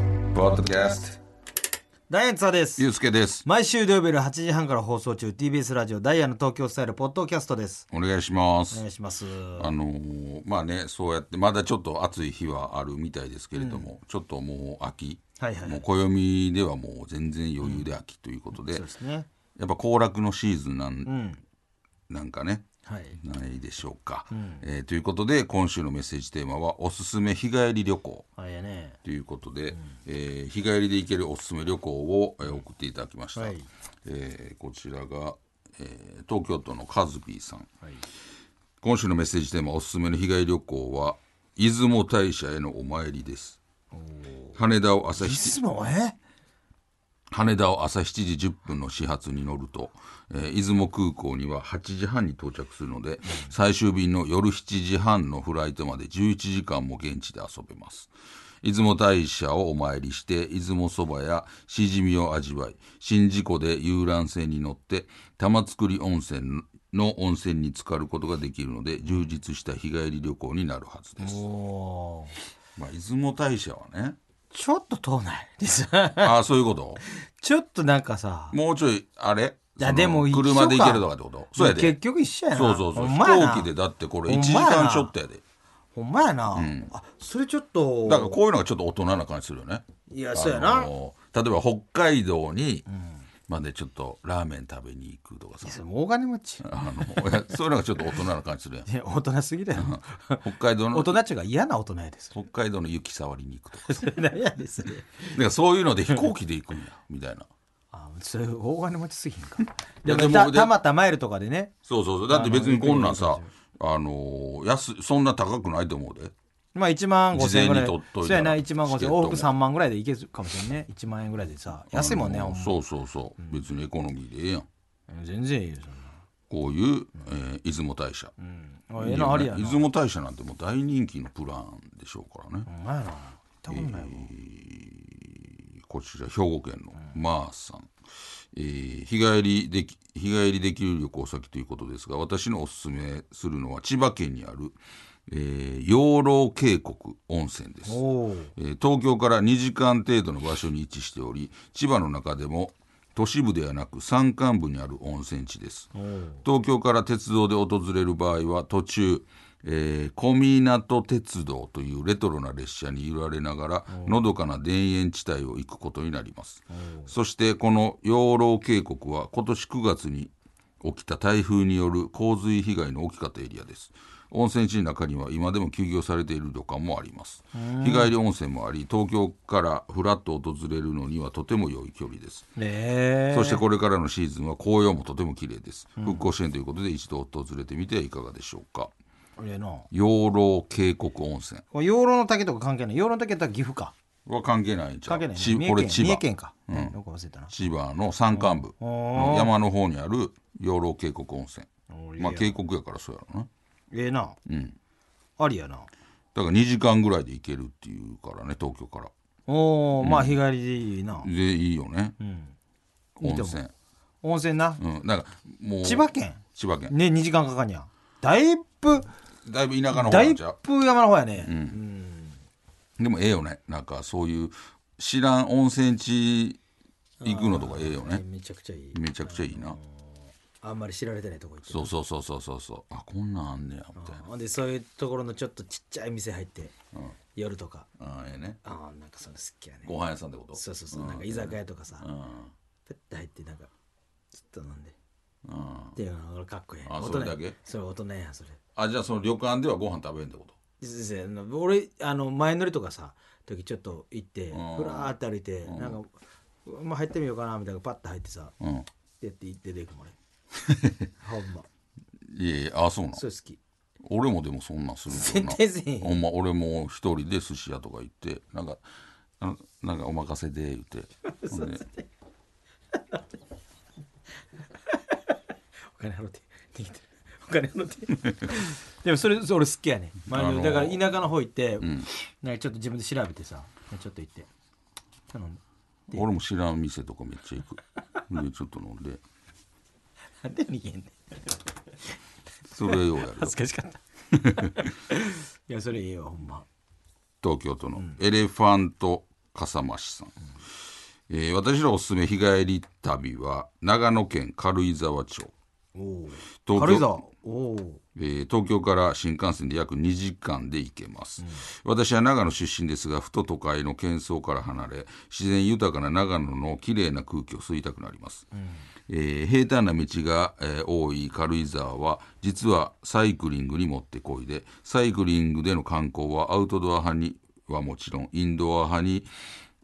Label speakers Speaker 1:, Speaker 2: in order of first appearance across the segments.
Speaker 1: キャス
Speaker 2: ダイアンツァです
Speaker 1: ト。ゆうすけです。
Speaker 2: 毎週土曜日夜8時半から放送中 TBS ラジオダイヤの東京スタイルポッドキャストです
Speaker 1: お願いしま
Speaker 2: お
Speaker 1: す
Speaker 2: 願。いします
Speaker 1: あのーまあねそうやってまだちょっと暑い日はあるみたいですけれども、ちょっともう秋、
Speaker 2: はいはい
Speaker 1: もう暦ではもう全然余裕で秋ということで、
Speaker 2: そうですね
Speaker 1: やっぱ行楽のシーズンなん,、
Speaker 2: ん
Speaker 1: なんかね
Speaker 2: はい
Speaker 1: ないでしょうか、えーということで今週のメッセージテーマは「おすすめ日帰り旅行」
Speaker 2: あれやね
Speaker 1: ということで、えー日帰りで行けるおすすめ旅行を、えー送っていただきました、
Speaker 2: はい
Speaker 1: えーこちらが、えー東京都のカズビーさん
Speaker 2: はい
Speaker 1: 今週のメッセージテーマおすすめの日帰り旅行は出雲大社へのお参りです羽田を朝7
Speaker 2: いつもえ
Speaker 1: 羽田を朝7時10分の始発に乗ると、えー出雲空港には8時半に到着するので、最終便の夜7時半のフライトまで11時間も現地で遊べます出雲大社をお参りして出雲そばやしじみを味わい宍道湖で遊覧船に乗って玉造温泉の温泉に浸かることができるので充実した日帰り旅行になるはずです、
Speaker 2: おー
Speaker 1: まあ、出雲大社はね
Speaker 2: ちょっと遠ないです
Speaker 1: ああそういうこと
Speaker 2: ちょっとなんかさ
Speaker 1: もうちょいあれ
Speaker 2: いや
Speaker 1: その
Speaker 2: でも一緒
Speaker 1: 車
Speaker 2: か
Speaker 1: で行けるとかってことそうやで
Speaker 2: 結局一緒やな
Speaker 1: そうそうそう
Speaker 2: ほ
Speaker 1: 飛
Speaker 2: んまやな
Speaker 1: 行機でだってこれ
Speaker 2: ほ
Speaker 1: 1
Speaker 2: ん
Speaker 1: 時
Speaker 2: まやな
Speaker 1: 間ちょっとやで
Speaker 2: ほんまやな、あそれちょっと
Speaker 1: だからこういうのがちょっと大人な感じするよね
Speaker 2: いやそうやな、
Speaker 1: あの例えば北海道にまでちょっとラーメン食べに行くとかさ
Speaker 2: それもう大金持ち
Speaker 1: あのいやそういうのがちょっと大人な感じするやん
Speaker 2: いや 大人すぎだよ
Speaker 1: 北海道
Speaker 2: 大
Speaker 1: の
Speaker 2: 人っちゅうか嫌な大人 やです
Speaker 1: 北海道の雪触りに行くとかさ
Speaker 2: それ何やですね
Speaker 1: だからそういうので飛行機で行くんやみたいな
Speaker 2: あそれ大金持ちすぎんか
Speaker 1: いや
Speaker 2: で
Speaker 1: で
Speaker 2: も
Speaker 1: も
Speaker 2: た
Speaker 1: で
Speaker 2: たまたマイルとかでね
Speaker 1: そうそうそうだって別にこんなんさあの安いそんな高くないと思うで
Speaker 2: まあ1万5千円ぐらい
Speaker 1: 事前に取っといたら
Speaker 2: そうやな1万5
Speaker 1: チケッ
Speaker 2: 千円
Speaker 1: トも
Speaker 2: 往復3万ぐらいでいけるかもしれんね1万円ぐらいでさ安いもんね
Speaker 1: あ
Speaker 2: ほ
Speaker 1: の
Speaker 2: んま
Speaker 1: そうそうそう別にエコノミーでええやん
Speaker 2: 全然いいよそん
Speaker 1: こういう、えー出雲大社、
Speaker 2: なあ
Speaker 1: い
Speaker 2: え
Speaker 1: い
Speaker 2: え
Speaker 1: よ
Speaker 2: な
Speaker 1: ね
Speaker 2: ありやな
Speaker 1: 出
Speaker 2: ほ
Speaker 1: 雲大社なんてもう大人気のプランでしょうからね、
Speaker 2: んまやな行ったことないもん
Speaker 1: こちら兵庫県のマーさん、えー日帰りでき日帰りできる旅行先ということですが私のおすすめするのは千葉県にある、えー養老渓谷温泉です
Speaker 2: おお
Speaker 1: えー東京から2時間程度の場所に位置しており千葉の中でも都市部ではなく山間部にある温泉地です東京から鉄道で訪れる場合は途中、えー小湊鉄道というレトロな列車に揺られながらのどかな田園地帯を行くことになりますそしてこの養老渓谷は今年9月に起きた台風による洪水被害の大きかったエリアです温泉地の中には今でも休業されている旅館もあります日帰り温泉もあり東京からふらっと訪れるのにはとても良い距離です
Speaker 2: ねえ
Speaker 1: そしてこれからのシーズンは紅葉もとても綺麗です、復興支援ということで一度訪れてみてはいかがでしょうか
Speaker 2: ええな
Speaker 1: 養老渓谷温泉
Speaker 2: これ養老の竹とか関係ない養老の竹とは岐阜か
Speaker 1: は関係ないんちゃう
Speaker 2: 関係ないね
Speaker 1: ち
Speaker 2: 三
Speaker 1: こ
Speaker 2: 重
Speaker 1: れ
Speaker 2: 県
Speaker 1: 千
Speaker 2: 三重
Speaker 1: 葉
Speaker 2: 県かねよく忘れたな
Speaker 1: 千葉の山間部の山の方にある養老渓谷温泉まあ渓谷やからそうやろな
Speaker 2: ええなありやな
Speaker 1: だから2時間ぐらいで行けるっていうからね東京から
Speaker 2: おおまあ日帰りでいいな
Speaker 1: でいいよね、温泉
Speaker 2: 温泉な
Speaker 1: うんなんかもう
Speaker 2: 千葉県
Speaker 1: 千葉県
Speaker 2: ね2時間かかんやだいぶ
Speaker 1: だいぶ田舎の方
Speaker 2: だ
Speaker 1: ないんちゃう
Speaker 2: ぶ山の方やね
Speaker 1: でもええよねなんかそういう知らん温泉地行くのとかええよね
Speaker 2: めちゃくちゃいい
Speaker 1: めちゃくちゃいいな
Speaker 2: あんまり知られてないとこ行って
Speaker 1: そうそうそうそうそうそうあこんなんあんねやみたいな
Speaker 2: ほんでそういうところのちょっとちっちゃい店入って夜とか
Speaker 1: あええね
Speaker 2: ああなんかその好きやね
Speaker 1: ご飯屋さんってこと
Speaker 2: そうそうそうなんか居酒屋とかさ
Speaker 1: うん
Speaker 2: ペッて入ってなんかちょっと飲んでっ
Speaker 1: うん
Speaker 2: ていうのがかっこいい
Speaker 1: あ
Speaker 2: 大
Speaker 1: そ
Speaker 2: 人
Speaker 1: れ
Speaker 2: や
Speaker 1: だけ
Speaker 2: それ大人やそれ
Speaker 1: あじゃあその旅館ではご飯食べんってこと
Speaker 2: 先生あの俺あの前乗りとかさ時ちょっと行ってふ
Speaker 1: ん
Speaker 2: らーって歩いてなんかうまあ入ってみようかなみたいなパッと入ってさ
Speaker 1: うん
Speaker 2: ってやって出てい くもんねほんま
Speaker 1: いやいやあそうなの
Speaker 2: それ好き
Speaker 1: 俺もでもそんなんするもん
Speaker 2: 絶
Speaker 1: な
Speaker 2: 対せえへん
Speaker 1: ほんま俺も一人で寿司屋とか行ってなんか「あのなんかお任せで」言 ってほんで
Speaker 2: お金払って逃げてるお金払って でもそれそれ俺好きやね前乗り
Speaker 1: あのー
Speaker 2: だから田舎の方行って、なんかちょっと自分で調べてさちょっと行って頼んで
Speaker 1: 俺も知らん店とかめっちゃ行くでちょっと飲んで
Speaker 2: なんで逃げん ねん
Speaker 1: それをやる
Speaker 2: 恥ずかしかった いやそれいいよほんま
Speaker 1: 東京都のエレファント笠間市さん、えー私のおすすめ日帰り旅は長野県軽井沢町
Speaker 2: おお
Speaker 1: 東京
Speaker 2: 軽井沢おお
Speaker 1: えー東京から新幹線で約2時間で行けます、私は長野出身ですがふと都会の喧騒から離れ自然豊かな長野の綺麗な空気を吸いたくなります、えー平坦な道が、えー多い軽井沢は実はサイクリングにもってこいでサイクリングでの観光はアウトドア派にはもちろんインドア派に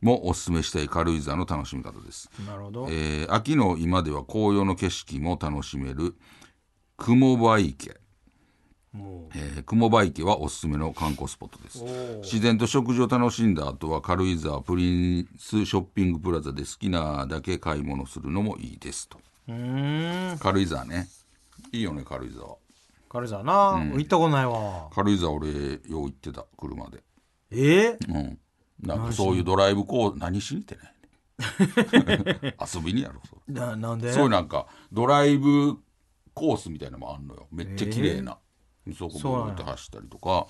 Speaker 1: もお勧めしたい軽井沢の楽しみ方です、
Speaker 2: なるほど、
Speaker 1: えー秋の今では紅葉の景色も楽しめる雲場池
Speaker 2: もう
Speaker 1: えー、雲場池はおすすめの観光スポットです自然と食事を楽しんだ後は軽井沢プリンスショッピングプラザで好きなだけ買い物するのもいいですと
Speaker 2: うーん
Speaker 1: 軽井沢ねいいよね軽井沢
Speaker 2: 軽井沢な、行ったことないわ
Speaker 1: 軽井沢俺よう行ってた車で
Speaker 2: えー
Speaker 1: うんなんかそういうドライブこう何しにってない ね遊びにやろそれ
Speaker 2: ななんで
Speaker 1: そういうなんかドライブコースみたいなのもあんのよめっちゃ綺麗な、そこ
Speaker 2: そうなん
Speaker 1: も
Speaker 2: や
Speaker 1: って走ったりとか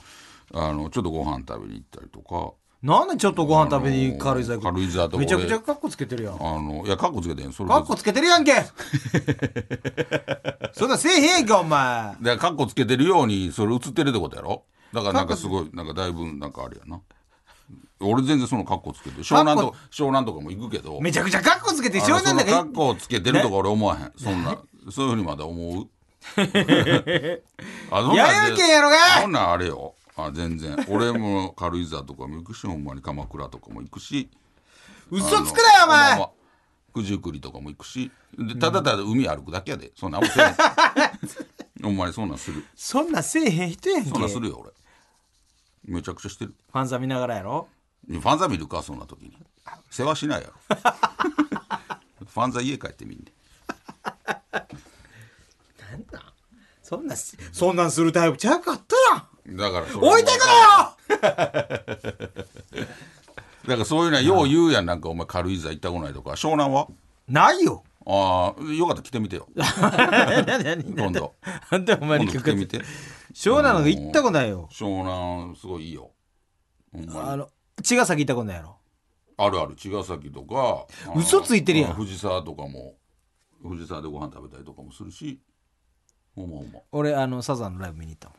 Speaker 1: あのちょっとご飯食べに行ったりとか
Speaker 2: なんでちょっとご飯食べに軽井沢行く
Speaker 1: あの軽井沢とか
Speaker 2: めちゃくちゃカッコつけてるやん
Speaker 1: あのいやカッコつけてんそれ
Speaker 2: カッコつけてるやんけそんなせえへんかお前
Speaker 1: でカッコつけてるようにそれ映ってるってことやろだからなんかすごいなんかだいぶなんかあれやな俺全然そのカッコつけてる湘南とか湘南とかも行くけど
Speaker 2: めちゃくちゃカッコつけて
Speaker 1: あ
Speaker 2: し
Speaker 1: の
Speaker 2: ょなんだ
Speaker 1: そのカッ
Speaker 2: か
Speaker 1: コつけてるとか俺思わへんそんなそういうふうにまだ思 うあそんなん
Speaker 2: ややけんやろが
Speaker 1: そんなんあれよあ全然俺も軽井沢とかも行くしほんまに鎌倉とかも行くし
Speaker 2: 嘘つくな
Speaker 1: あ
Speaker 2: よお
Speaker 1: の
Speaker 2: 前
Speaker 1: まあ九十九里とかも行くしでただただ海歩くだけやでそんなんあんませえ へんお前そんなんする
Speaker 2: そんなせえへん人やんけ
Speaker 1: そんなんす
Speaker 2: フ
Speaker 1: るよ俺めちゃくちゃしてる
Speaker 2: ァンザ見ながらやろ
Speaker 1: ファンザ見るかそんな時に世話しないやろ ファンザ家帰ってみんね
Speaker 2: そんなすそんなんするタイプちゃうかったやん
Speaker 1: だからそれ
Speaker 2: 置いてく
Speaker 1: だからそういうのはよう言うやんなんかお前軽井沢行ったことないとか湘南は
Speaker 2: なよない よ
Speaker 1: ああよかったら来てみて よ
Speaker 2: 何何
Speaker 1: 今度
Speaker 2: なんでお前
Speaker 1: 今
Speaker 2: に
Speaker 1: 度
Speaker 2: か
Speaker 1: 来
Speaker 2: か
Speaker 1: て
Speaker 2: っ
Speaker 1: み
Speaker 2: て
Speaker 1: て
Speaker 2: 湘南なんか行ったことないよ
Speaker 1: 湘南すごいいいよほんまに
Speaker 2: あの茅ヶ崎行ったことないやろ
Speaker 1: あるある茅ヶ崎とかあー
Speaker 2: 嘘ついてるやん
Speaker 1: あー藤沢とかも藤沢でご飯食べたりとかもするしほんまほんま
Speaker 2: 俺あのサザンのライブ見に行ったもん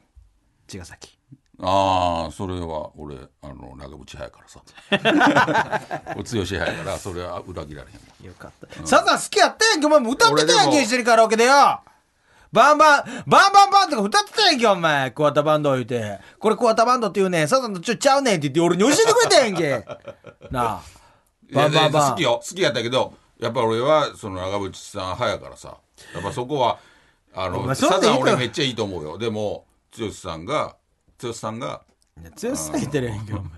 Speaker 2: 茅ヶ崎
Speaker 1: ああそれは俺あの長渕早いからさ お強し早いからそれは裏切られへんわ
Speaker 2: よかった、サザン好きやったやんけお前も歌ってたやん
Speaker 1: 俺で
Speaker 2: け
Speaker 1: も
Speaker 2: 一緒にカラオケでよバンバンバンバンバンとか歌ってたやんけお前クワタバンド言うてこれクワタバンドっていうねんサザンとちょっとちゃうねんって言って俺に教えてくれたやん けなあバン
Speaker 1: いやい
Speaker 2: バ
Speaker 1: や
Speaker 2: ンバン
Speaker 1: 好きよ好きやったけどやっぱ俺はその長渕さん早いからさやっぱそこはあ
Speaker 2: お
Speaker 1: の
Speaker 2: 前それ
Speaker 1: サ
Speaker 2: でいい
Speaker 1: ザ
Speaker 2: か
Speaker 1: ン俺めっちゃいいと思うよでも剛さんが剛さんが
Speaker 2: いや強すぎてるやんけお前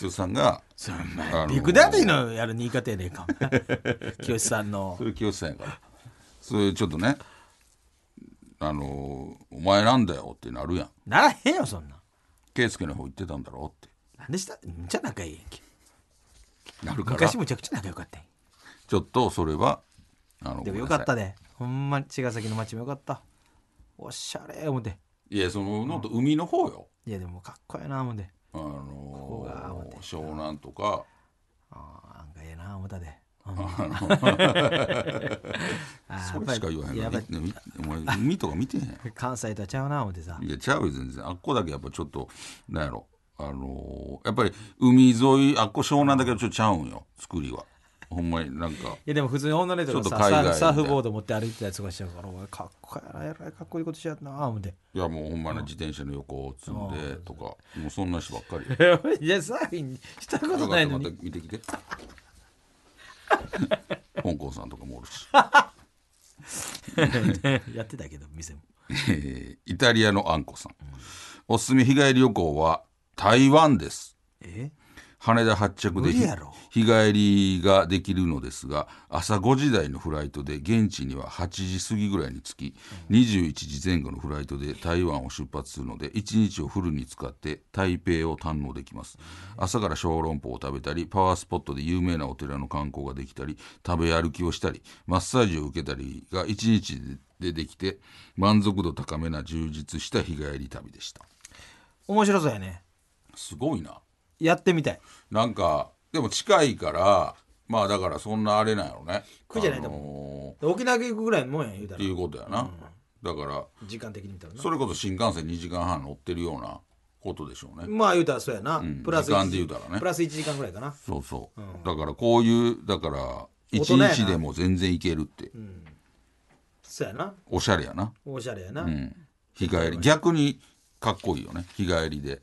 Speaker 1: 剛さんが
Speaker 2: それお
Speaker 1: あの
Speaker 2: 前ビッグダディのやる言い方やねん かお前清さんの
Speaker 1: それ清さんやからそれちょっとねあのーお前なんだよってなるやん
Speaker 2: ならへんよそんなん
Speaker 1: 圭介の方行ってたんだろうっ
Speaker 2: なんでしためっちゃ仲いいやんけ
Speaker 1: てなるから
Speaker 2: 昔
Speaker 1: ち
Speaker 2: むちゃくちゃ仲良かったやん
Speaker 1: ょっとそれはあの
Speaker 2: でもよ
Speaker 1: ごめん
Speaker 2: か
Speaker 1: な
Speaker 2: っ
Speaker 1: さい
Speaker 2: たでほんまに茅ヶ崎の街もよかったおしゃれ思って
Speaker 1: いやそののと海の方よ、
Speaker 2: いやでもかっこええな思って
Speaker 1: あ
Speaker 2: こが
Speaker 1: の
Speaker 2: 思
Speaker 1: ー湘南とか
Speaker 2: ああなんかええな思ったでほんまあー
Speaker 1: それしか言わへん
Speaker 2: や
Speaker 1: の
Speaker 2: っぱ
Speaker 1: に
Speaker 2: り
Speaker 1: ねお前海とか見てへん
Speaker 2: 関西とはちゃうな思ってさ
Speaker 1: いやちゃうよ全然あっこだけやっぱちょっとなんやろあのーやっぱり海沿いあっこ湘南だけどちょっとちゃうんよ作りはほんまになんか
Speaker 2: いやでも普通に女の人が
Speaker 1: ちょ
Speaker 2: さ
Speaker 1: っと海外みたい
Speaker 2: サーフ
Speaker 1: な
Speaker 2: サーフボード持って歩いてたりとかしちゃうからお前かっこええなえらいかっこいいことしちゃうな思 って
Speaker 1: いやもうほんまな自転車の横を積んでとかもうそんな人ばっかりよ
Speaker 2: いやサーフィンしたこ
Speaker 1: よ
Speaker 2: と
Speaker 1: かっ
Speaker 2: ない
Speaker 1: た
Speaker 2: の
Speaker 1: ま
Speaker 2: に
Speaker 1: た見てきて 香港さんとかもおるし
Speaker 2: やってたけど店も
Speaker 1: えーイタリアのあんこさんおすすめ日帰り旅行は台湾です
Speaker 2: え
Speaker 1: 羽田発着で
Speaker 2: 無理
Speaker 1: ひ
Speaker 2: やろ
Speaker 1: 日帰りができるのですが朝5時台のフライトで現地には8時過ぎぐらいに着き21時前後のフライトで台湾を出発するので1日をフルに使って台北を堪能できます朝から小籠包を食べたりパワースポットで有名なお寺の観光ができたり食べ歩きをしたりマッサージを受けたりが1日でできて満足度高めな充実した日帰り旅でした
Speaker 2: 面白そうやね
Speaker 1: すごいな
Speaker 2: やってみたい
Speaker 1: なんかでも近いからまあだからそんなあれなんやろね
Speaker 2: 苦じゃないと
Speaker 1: 思
Speaker 2: 沖縄行くぐらいのもんや言うた
Speaker 1: っ
Speaker 2: ら
Speaker 1: ていうことやな、だから
Speaker 2: 時間的に見たらな
Speaker 1: それこそ新幹線2時間半乗ってるようなことでしょうね、
Speaker 2: まあ言うたらそうやな、
Speaker 1: ん
Speaker 2: プラス
Speaker 1: 時間で言うたらね
Speaker 2: プラス1時間ぐらいかな
Speaker 1: そうそう、だからこういうだから
Speaker 2: 大
Speaker 1: 一
Speaker 2: 人やな
Speaker 1: 日でも全然いけるって、
Speaker 2: そうやな
Speaker 1: おしゃれやな、
Speaker 2: おしゃれやな、
Speaker 1: うん、日帰り逆にかっこいいよね日帰りで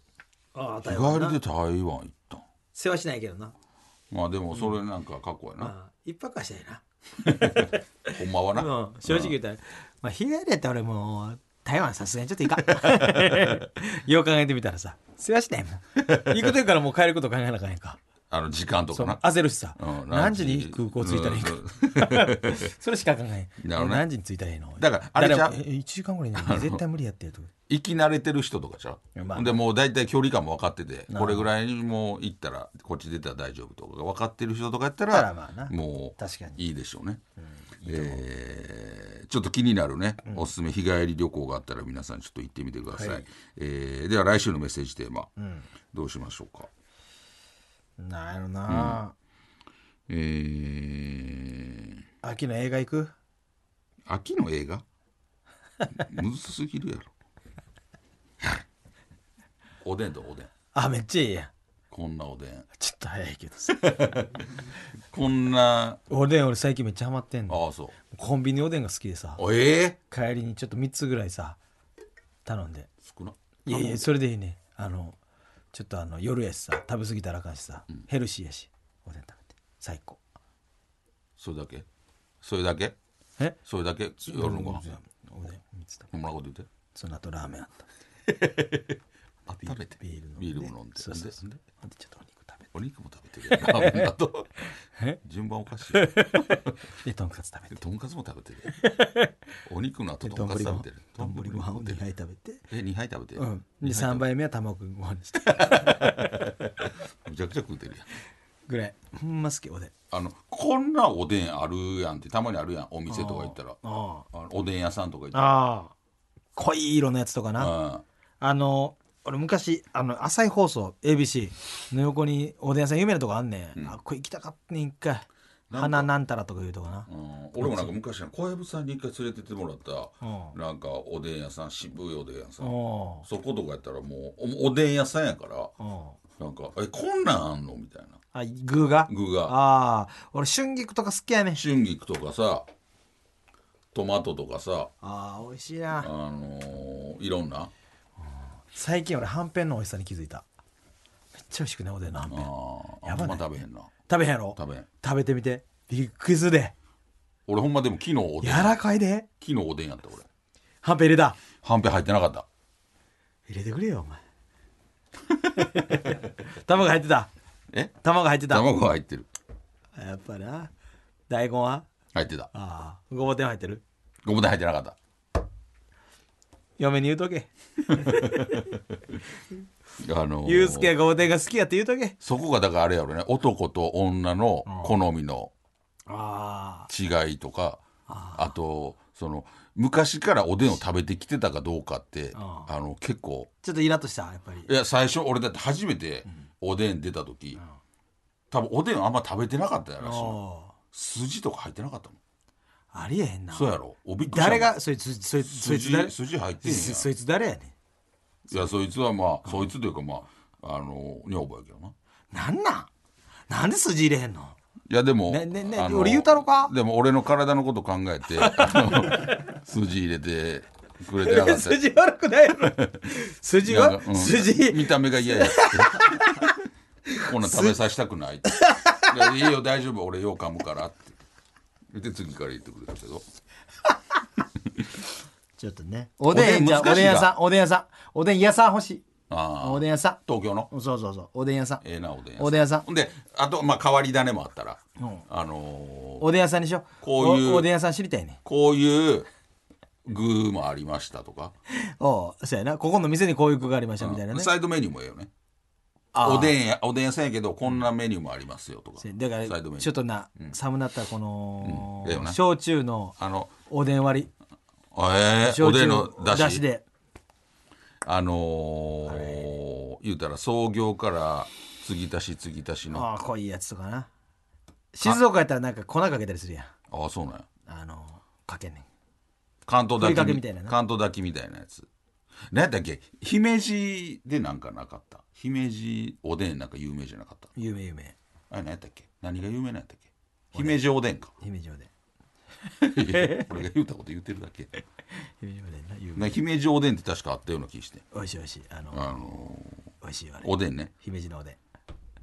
Speaker 2: ああ
Speaker 1: 日
Speaker 2: 台
Speaker 1: 帰
Speaker 2: 湾
Speaker 1: り
Speaker 2: な
Speaker 1: で台湾行ったん
Speaker 2: 世話しないけどな、
Speaker 1: まあでもそれなんかかっこいいな、
Speaker 2: まあ、一泊はしたいな
Speaker 1: ほんまはな、
Speaker 2: うん、正直言ったら、まあ、日帰りやったら俺もう台湾さすがにちょっといかん よう考えてみたらさ世話しないもん 行く時からもう帰ること考えなあかんやんか
Speaker 1: あの時間と
Speaker 2: そ
Speaker 1: か
Speaker 2: う
Speaker 1: な
Speaker 2: 焦るしさ、
Speaker 1: うん
Speaker 2: 何時に空港着いたらいいか、
Speaker 1: うん
Speaker 2: それしか考えない
Speaker 1: なるほどね
Speaker 2: 何時に着いたらいいの
Speaker 1: だからあれちゃう
Speaker 2: 1時間ぐらいに絶対無理やってるとか
Speaker 1: 生き慣れてる人とかじゃう、
Speaker 2: まあ
Speaker 1: でもう大体距離感も分かっててこれぐらいにもう行ったらこっち出たら大丈夫とかが分かってる人とかやったら
Speaker 2: たらまあな
Speaker 1: もう
Speaker 2: 確かに
Speaker 1: いいでしょうね、えーちょっと気になるね、おすすめ日帰り旅行があったら皆さんちょっと行ってみてください、
Speaker 2: はい
Speaker 1: えーでは来週のメッセージテーマ、
Speaker 2: ん
Speaker 1: どうしましょうか
Speaker 2: なるな、
Speaker 1: えー
Speaker 2: 秋の映画行く
Speaker 1: 秋の映 画むずすぎるやろおでんとおでん
Speaker 2: あめっちゃいいやん
Speaker 1: こんなおでん
Speaker 2: ちょっと早いけどさ
Speaker 1: こんな
Speaker 2: おでん俺最近めっちゃハマってんの
Speaker 1: ああそう
Speaker 2: コンビニおでんが好きでさ
Speaker 1: あええ
Speaker 2: 帰りにちょっと3つぐらいさ頼んで
Speaker 1: 少ない
Speaker 2: やいやそれでいいねあのちょっとあの夜やしさ食べ過ぎたらあかんしさ、ヘルシーやしおでん食べて最高
Speaker 1: それだけそれだけ
Speaker 2: え
Speaker 1: それだけ夜のご飯
Speaker 2: おでん3つ食べ
Speaker 1: こんなこと言って
Speaker 2: その後ラーメンあった
Speaker 1: 温めて
Speaker 2: ビール飲んで
Speaker 1: ビールも飲んで
Speaker 2: そうそうそう
Speaker 1: でで
Speaker 2: ほんでちょっとお肉食べて
Speaker 1: お肉も食べてるやんラーメンだと
Speaker 2: え
Speaker 1: 順番おか しいよ
Speaker 2: でとんかつ食べて
Speaker 1: でとんかつも食べてるお肉の後とんかつ食べてる
Speaker 2: 丼ご飯を
Speaker 1: 食べて
Speaker 2: 2
Speaker 1: る
Speaker 2: 杯食べて
Speaker 1: え2杯食べてる
Speaker 2: うんで3杯目は卵ご飯にして
Speaker 1: めちゃくちゃ食うてるやん
Speaker 2: ぐらいほんま好きおでん
Speaker 1: あのこんなおでんあるやんってたまにあるやんお店とか行ったら
Speaker 2: あ
Speaker 1: あのおでん屋さんとか行ったら
Speaker 2: あ濃い色のやつとかな
Speaker 1: あ
Speaker 2: あの俺昔あの朝日放送 ABC の横におでん屋さん有名なとこあんねん、あこれ行きたかったねん一回
Speaker 1: か
Speaker 2: 花なんたらとかいうとこな、
Speaker 1: うん俺もなんか昔の小籔さんに一回連れてってもらっ
Speaker 2: う
Speaker 1: たなんかおでん屋さん渋いおでん屋さん
Speaker 2: お
Speaker 1: そことかやったらもうおおでん屋さんやから
Speaker 2: うおう
Speaker 1: なんか「えこんなんあんの?」みたいな
Speaker 2: あ具が
Speaker 1: 具が
Speaker 2: ああ俺春菊とか好きやねん
Speaker 1: 春菊とかさトマトとかさ
Speaker 2: ああ美味しい
Speaker 1: あ
Speaker 2: な
Speaker 1: のーいろんな
Speaker 2: 最近俺はんぺんの美味しさに気づいためっちゃ美味しくねおでんのはん
Speaker 1: あ
Speaker 2: ぺん
Speaker 1: ーあ
Speaker 2: や
Speaker 1: ん
Speaker 2: ばない
Speaker 1: ま食べへんな
Speaker 2: 食べへんやろ
Speaker 1: 食べへん
Speaker 2: 食べてみてびっくりするで
Speaker 1: 俺ほんまでも昨日おで
Speaker 2: 柔
Speaker 1: ん
Speaker 2: らかいで
Speaker 1: 昨日おでんやった俺
Speaker 2: はんぺん入れた
Speaker 1: はんぺん入ってなかった
Speaker 2: 入れてくれよお前卵入ってた
Speaker 1: え
Speaker 2: 卵入ってた
Speaker 1: 卵は入ってる
Speaker 2: やっぱな大根は
Speaker 1: 入ってた
Speaker 2: ああごぼう天入ってる
Speaker 1: ごぼう入ってなかった
Speaker 2: 嫁に言うとけ
Speaker 1: あのー
Speaker 2: ゆうすけがごぼう天が好きやって言うとけ
Speaker 1: そこがだからあれやろね男と女の好みの
Speaker 2: あ
Speaker 1: 違いとか、あとその昔からおでんを食べてきてたかどうかって、
Speaker 2: あ
Speaker 1: あの結構
Speaker 2: ちょっとイラッとしたやっぱり
Speaker 1: いや最初俺だって初めておでん出た時、多分おでんあんま食べてなかったやらしいの
Speaker 2: あ
Speaker 1: 筋とか入ってなかったもん
Speaker 2: あありえへんな
Speaker 1: そうやろおびっくりしたもん
Speaker 2: 誰がそいつそいつそいつ誰
Speaker 1: 筋筋入ってんや
Speaker 2: そそいつ誰やね
Speaker 1: いやそいつはまあそいつというかまああの女房やけどなん
Speaker 2: なんなんなんで筋入れへんの
Speaker 1: いやでも、
Speaker 2: ねねね
Speaker 1: あの
Speaker 2: 俺言うたろか
Speaker 1: でも俺の体のこと考え てあの筋入れてくれてなかった
Speaker 2: 筋悪くないやろ筋
Speaker 1: なん
Speaker 2: は
Speaker 1: かうん
Speaker 2: 筋
Speaker 1: 見た目が嫌やってこんなん食べさせたくない って「いいよ大丈夫俺よう噛むから」って言って次から言ってくれたけど
Speaker 2: ちょっとねおでんじゃ
Speaker 1: お
Speaker 2: あ
Speaker 1: でん難し
Speaker 2: おで
Speaker 1: いな
Speaker 2: ん屋さんおでん屋さんおでん屋さん欲しい
Speaker 1: ああ
Speaker 2: おでん屋さ
Speaker 1: 東京の
Speaker 2: んそうそうそうおでん屋さん
Speaker 1: ええなおでん屋
Speaker 2: おでん屋さん
Speaker 1: ほんであとまあ変わり種もあったら、
Speaker 2: ん
Speaker 1: あのー
Speaker 2: おでん屋さんにしよう
Speaker 1: こういう
Speaker 2: おおでん屋さん知りたいね
Speaker 1: こういう具もありましたとか、
Speaker 2: おうそうやなここの店にこういう具がありましたみたいなね
Speaker 1: サイドメニューもええよね
Speaker 2: あー
Speaker 1: おでんやおでん屋さんやけどこんなメニューもありますよとか
Speaker 2: そうだから
Speaker 1: サイドメニュー
Speaker 2: ちょっとな寒なったらこの
Speaker 1: うんええよな
Speaker 2: 焼酎の
Speaker 1: あの
Speaker 2: おでん割り
Speaker 1: ええお
Speaker 2: 焼
Speaker 1: で
Speaker 2: 酎
Speaker 1: んのだし
Speaker 2: だしで
Speaker 1: あのー言うたら創業から継ぎ足し継ぎ足しの
Speaker 2: ああ濃いやつとかな静岡やったらなんか粉かけたりするやん
Speaker 1: ああそうなんや
Speaker 2: あのかけんねん
Speaker 1: 関東
Speaker 2: ふりか
Speaker 1: だ
Speaker 2: け
Speaker 1: け
Speaker 2: みたいなな
Speaker 1: 関東だけみたいなやつ何やったっけ姫路でなんかなかった姫路おでんなんか有名じゃなかった
Speaker 2: 有名有名
Speaker 1: あれ何やったっけ何が有名なんやったっけ姫路おでん か
Speaker 2: 姫路おでん
Speaker 1: いや俺が言うたこと言ってるだけ
Speaker 2: 姫路おでんな有名
Speaker 1: な姫路おでんって確かあったような気して
Speaker 2: 美味しい美味しいあの、
Speaker 1: あの
Speaker 2: 美味しいよあれ
Speaker 1: おでんね
Speaker 2: 姫路のおで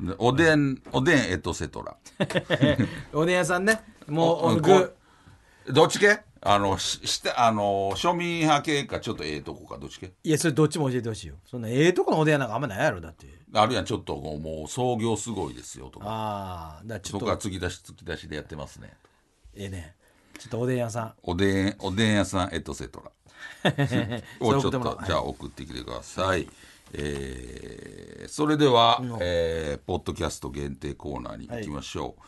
Speaker 2: ん
Speaker 1: でおでんおでんエトセトラ
Speaker 2: おでん屋さんねもう
Speaker 1: お
Speaker 2: お
Speaker 1: こ
Speaker 2: 具
Speaker 1: どっち系あのししたあの庶民派系かちょっとええとこかどっち系
Speaker 2: いやそれどっちも教えてほしいよそんなええとこのおでん屋なんかあんまないやろだって
Speaker 1: あるやんちょっとこうもう創業すごいですよとか
Speaker 2: ああだからちょ
Speaker 1: そ
Speaker 2: っ
Speaker 1: こは
Speaker 2: と
Speaker 1: 継ぎ出し継ぎ出しでやってますね
Speaker 2: ええねちょっとおでん屋さん
Speaker 1: おでんおでん屋さんエトセトラ
Speaker 2: そう
Speaker 1: を
Speaker 2: いう
Speaker 1: ち
Speaker 2: こ
Speaker 1: ょっ
Speaker 2: と
Speaker 1: と
Speaker 2: も
Speaker 1: じゃあ送ってきてください、えーそれでは、えーポッドキャスト限定コーナーに行きましょう、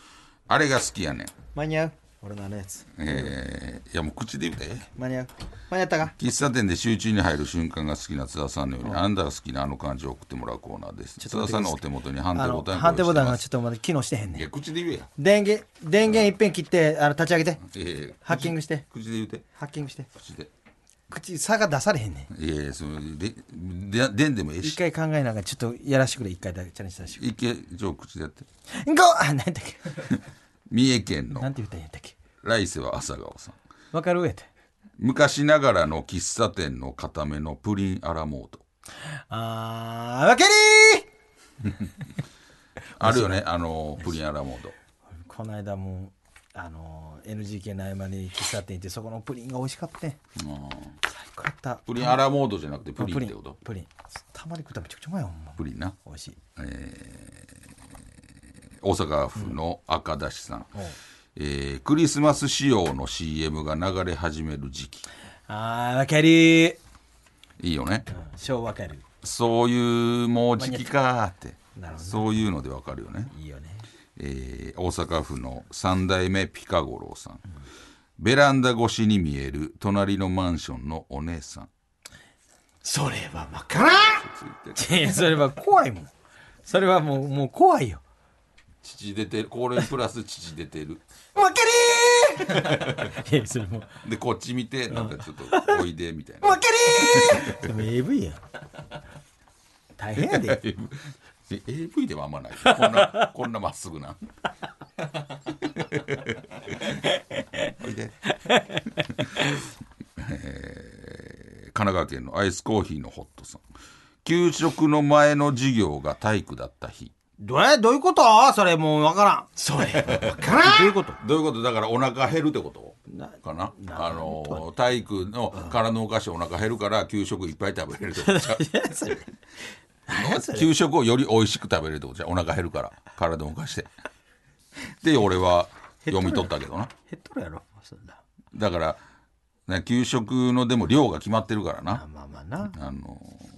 Speaker 1: あれが好きやねん、
Speaker 2: 間に合う俺のあのやつ
Speaker 1: えーいやもう口で言うて
Speaker 2: 間に合う間に合ったか
Speaker 1: 喫茶店で集中に入る瞬間が好きな津田さんのように、あんたが好きなあの感じを送ってもらうコーナーです津田さんのお手元に判
Speaker 2: あ
Speaker 1: 定
Speaker 2: の
Speaker 1: ボタン
Speaker 2: 判定ボタン
Speaker 1: ご用
Speaker 2: が
Speaker 1: 意して
Speaker 2: ちょっとまだ機能してへん
Speaker 1: ますい
Speaker 2: ねん
Speaker 1: や口で言えや、
Speaker 2: 電源電源いっぺん切ってあの立ち上げて
Speaker 1: えー
Speaker 2: ハッキングして
Speaker 1: 口で言うて
Speaker 2: ハッキングして
Speaker 1: 口で
Speaker 2: 口差が出されへんねん
Speaker 1: いやいやそのでででんでもええ
Speaker 2: 一
Speaker 1: し
Speaker 2: 回考えながらちょっとやらしてくれ一回だけチャレンジさせてく
Speaker 1: いけじゃあ口でやって
Speaker 2: れゴ ーあなんだっけ
Speaker 1: 三重県
Speaker 2: な
Speaker 1: の
Speaker 2: んて言ったんやったっけ
Speaker 1: 来世は朝顔さん
Speaker 2: わかるやて
Speaker 1: 昔ながらの喫茶店の固めのプリンアラモード
Speaker 2: あーわけりー
Speaker 1: あるよねあのプリンアラモード
Speaker 2: この間もあの NGK の合間に喫茶店行ってそこのプリンが美味しかったね
Speaker 1: うん
Speaker 2: 最高やった
Speaker 1: プリンアラモードじゃなくてプリンってこと
Speaker 2: プリンたまに食ったらめちゃくちゃうまいよほんま
Speaker 1: プリンな
Speaker 2: 美味しい
Speaker 1: 大阪府の赤だしさん、えークリスマス仕様の CM が流れ始める時期
Speaker 2: あーわけりー
Speaker 1: いいよね
Speaker 2: 超わかる
Speaker 1: そういうもう時期かーって
Speaker 2: なるほど
Speaker 1: そういうのでわかるよね
Speaker 2: いいよね
Speaker 1: えー大阪府の三代目ピカゴロウさん、ベランダ越しに見える隣のマンションのお姉さん
Speaker 2: それはわからんいやそれは怖いもんそれはもうもう怖いよ
Speaker 1: 父出てるこれプラス父出てる
Speaker 2: わけりー いやそれもう
Speaker 1: でこっち見てなんかちょっとおいでみたいな
Speaker 2: わけりーそれも AV やん大変やで
Speaker 1: で AV ではあんまないこんなこんなまっすぐな おいで、えー神奈川県のアイスコーヒーのホットさん給食の前の授業が体育だった日
Speaker 2: どうどういうことそれもうわからんそれわからん どういうこと
Speaker 1: どういうことだからお腹減るってことかなあのー体育の体のお菓子お腹減るから給食いっぱい食べれるってことじゃう 給食をより美味しく食べれるってことじゃうお腹減るから体のお菓子でで俺は読み取ったけどな
Speaker 2: 減っとるやろそんな
Speaker 1: だからね給食のでも量が決まってるからな
Speaker 2: まあまあな
Speaker 1: あのー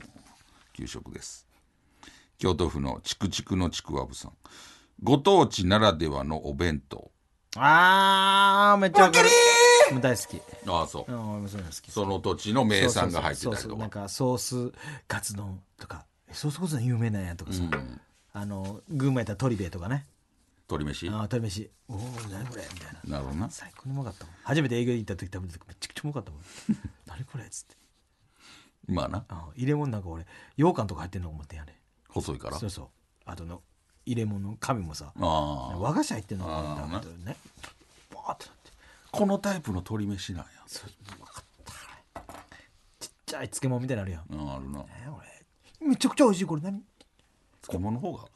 Speaker 1: 給食です京都府のちくちくのちくわぶさんご当地ならではのお弁当
Speaker 2: あーめっちゃわかるもう大好き
Speaker 1: ああそう
Speaker 2: うん俺もそういうの好き
Speaker 1: その土地の名産が入ってたり
Speaker 2: そうそうそ
Speaker 1: と
Speaker 2: うな
Speaker 1: か
Speaker 2: んかソースカツ丼とかえソースカツ丼有名なんやとかさ、あの群馬やったら鳥兵衛とかね
Speaker 1: 鶏飯
Speaker 2: あー鳥飯おお何これみたい
Speaker 1: な
Speaker 2: な
Speaker 1: るほどな
Speaker 2: 最高にうまかったもん初めて営業行った時食べた時めちゃくちゃうま かったもん何これっつって
Speaker 1: まあな
Speaker 2: あー入れ物なんか俺羊羹とか入ってんのか思ってんやね
Speaker 1: 細いから
Speaker 2: そうそうあとの入れ物の紙もさ
Speaker 1: ああ
Speaker 2: 和菓子入ってんのかなみたいなねバーってなって
Speaker 1: このタイプの鶏飯なんや
Speaker 2: じゃあ漬物みたいなのあるやん
Speaker 1: うんあるな
Speaker 2: えー俺めちゃくちゃ美味しいこれ何
Speaker 1: 漬物の方が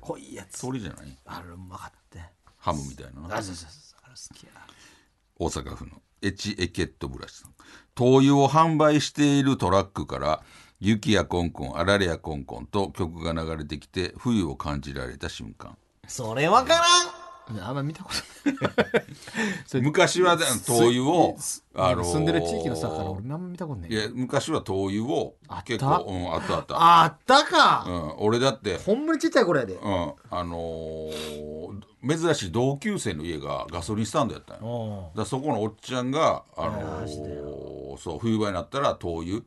Speaker 2: 濃いやつ
Speaker 1: 鶏じゃない
Speaker 2: あれうまかったね
Speaker 1: ハムみたいな
Speaker 2: そうそうそうあれ好きや
Speaker 1: 大阪府のエチエケットブラシさん灯油を販売しているトラックから雪やコンコンあられやコンコンと曲が流れてきて冬を感じられた瞬間
Speaker 2: それわからんあんま見たことない
Speaker 1: 昔はね灯油をあのー
Speaker 3: 住んでる地域のさから俺何も見たことない
Speaker 1: いや昔は灯油を結
Speaker 3: あ
Speaker 1: 構
Speaker 3: った
Speaker 1: うんあったあった
Speaker 2: あったか、
Speaker 1: うん俺だって
Speaker 2: ほんまにちっちゃい頃やで
Speaker 1: うん、あのー珍しい同級生の家がガソリンスタンドやったんよだか
Speaker 2: お
Speaker 1: らそこのおっちゃんが、あのーそう冬場になったら灯油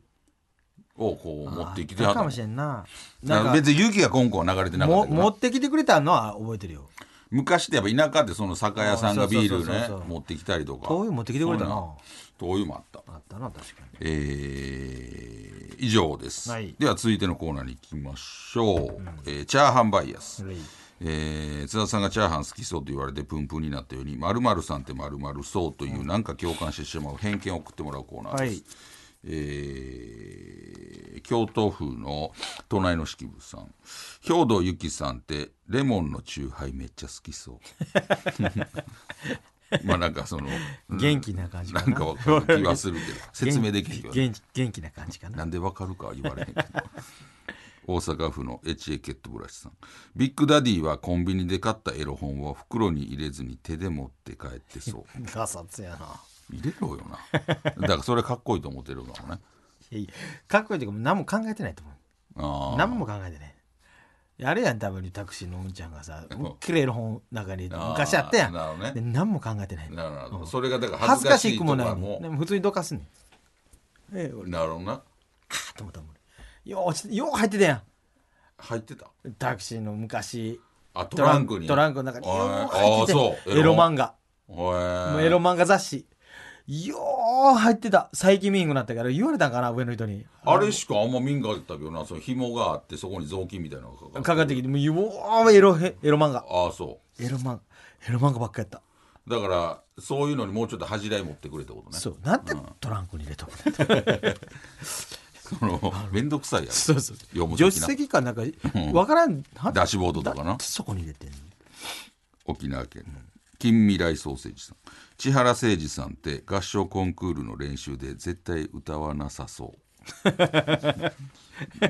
Speaker 1: をこう持ってきて
Speaker 2: あ
Speaker 1: はったた
Speaker 2: っかもしれんな
Speaker 1: な
Speaker 2: なんん
Speaker 1: か
Speaker 2: か
Speaker 1: 別に雪がコンコン流れてなかった
Speaker 2: も
Speaker 1: けどな
Speaker 2: 持ってきてくれたのは覚えてるよ
Speaker 1: 昔ってやっぱ田舎でその酒屋さんがビール
Speaker 2: そうそう
Speaker 1: ね
Speaker 2: そうそう
Speaker 1: 持ってきたりとか
Speaker 2: 灯油持ってきてくれたな
Speaker 1: そういうの灯油もあった
Speaker 2: あったな確かに
Speaker 1: えー以上です、
Speaker 2: はい
Speaker 1: では続いてのコーナーに行きましょう、えーチャーハンバイアス、
Speaker 2: はい
Speaker 1: えー津田さんがチャーハン好きそうと言われてプンプンになったように「まるさんってまるそう」というなんか共感してしまう偏見を送ってもらうコーナーです、
Speaker 2: はい
Speaker 1: えー京都府の隣の式部さん兵藤由紀さんってレモンのチューハイめっちゃ好きそうまあなんかその
Speaker 2: 元気な感じか
Speaker 1: な
Speaker 2: なん
Speaker 1: かわかる気はするけど説明できへんけど
Speaker 2: 元気元気な感じかな
Speaker 1: なんでわかるかは言われへんけど大阪府のエチエケットブラシさんビッグダディはコンビニで買ったエロ本を袋に入れずに手で持って帰って そう
Speaker 2: ガサツやな
Speaker 1: 入れろよなだからそれかっこいいと思ってるかもね
Speaker 2: いやいやかっこいいというかもう何も考えてないと思う
Speaker 1: あー
Speaker 2: 何も考えてないあれやん多分タクシーのうんちゃんがさ切れる本の中に
Speaker 1: あー
Speaker 2: 昔あったやん
Speaker 1: なるほどね
Speaker 2: で何も考えてない
Speaker 1: なるほどそれがだから
Speaker 2: 恥
Speaker 1: 恥
Speaker 2: ず
Speaker 1: ず
Speaker 2: か
Speaker 1: か
Speaker 2: し
Speaker 1: しい
Speaker 2: い
Speaker 1: と
Speaker 2: くも
Speaker 1: か
Speaker 2: ない
Speaker 1: も
Speaker 2: でも普通にどかすねんええ俺
Speaker 1: なるほどな
Speaker 2: カーッと思ったもん俺よう落ちてよう入ってたや
Speaker 1: 入ってた
Speaker 2: んタクシーの昔
Speaker 1: あトランクに
Speaker 2: トランクの中に
Speaker 1: あ
Speaker 2: よう
Speaker 1: ー
Speaker 2: 入ってて
Speaker 1: あーそう
Speaker 2: エロ漫画も
Speaker 1: も
Speaker 2: うエロ漫画雑誌よう入ってた最近見えんくなったから言われたんかな上の人に
Speaker 1: あれしかあんま見んかったけどなその紐があってそこに雑巾みたいなのがかかってる
Speaker 2: かかってきてもうようエロへエロ漫画
Speaker 1: ああそ
Speaker 2: エロ漫画エロ漫画ばっかやった
Speaker 1: うだからそういうのにもうちょっと恥じらい持ってくれってことね
Speaker 2: そうなんでトランクに入れとくねん
Speaker 1: そのめんどくさいやつ
Speaker 2: そうそう
Speaker 1: 読む
Speaker 2: 助手
Speaker 1: 時な
Speaker 2: 席かなんかわからんな
Speaker 1: ダッシュボードとかな
Speaker 2: なんでそこに入れてんの
Speaker 1: 沖縄県の近未来ソーセージさん千原誠二さんって合唱コンクールの練習で絶対歌わなさ そ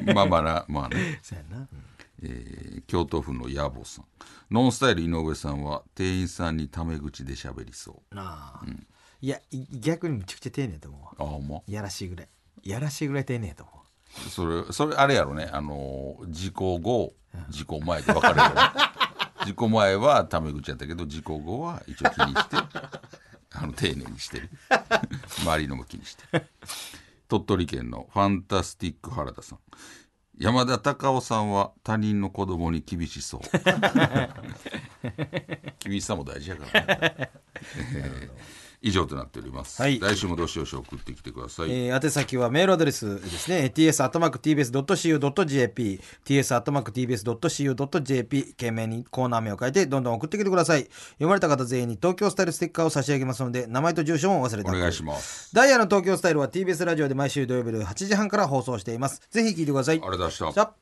Speaker 1: うまあまあなまあね、
Speaker 2: そうやな
Speaker 1: えー京都府の野暮さんノンスタイル井上さんは店員さんにタメ口で喋りそう
Speaker 2: なあいやい逆にめちゃくちゃ丁寧やと思うわ
Speaker 1: あほんま
Speaker 2: いやらしいぐらいいやらしいぐらい丁寧やと思う
Speaker 1: それそれあれやろねあのー事故後事故前で分 かれるよね事故前はタメ口やったけど事故後は一応気に してあの丁寧にしてる 周りのも気にして鳥取県のファンタスティック原田さん山田隆夫さんは他人の子供に厳し そう厳しさも大事やからね、 えー 以上となっております、
Speaker 2: はい
Speaker 1: 来週もどしどし送ってきてください、
Speaker 2: えー宛先はメールアドレスですね ts.tbs.cu.jp ts.tbs.cu.jp 懸命にコーナー名を書いてどんどん送ってきてください読まれた方全員に東京スタイルステッカーを差し上げますので名前と住所も忘れて
Speaker 1: お願いし
Speaker 2: ま
Speaker 1: ま
Speaker 2: す
Speaker 1: す
Speaker 2: ダイヤの東京スタイルは TBS ラジオで毎週土曜日の8時半から放送していますぜひ聞いてください
Speaker 1: ありがとうございました
Speaker 2: さあ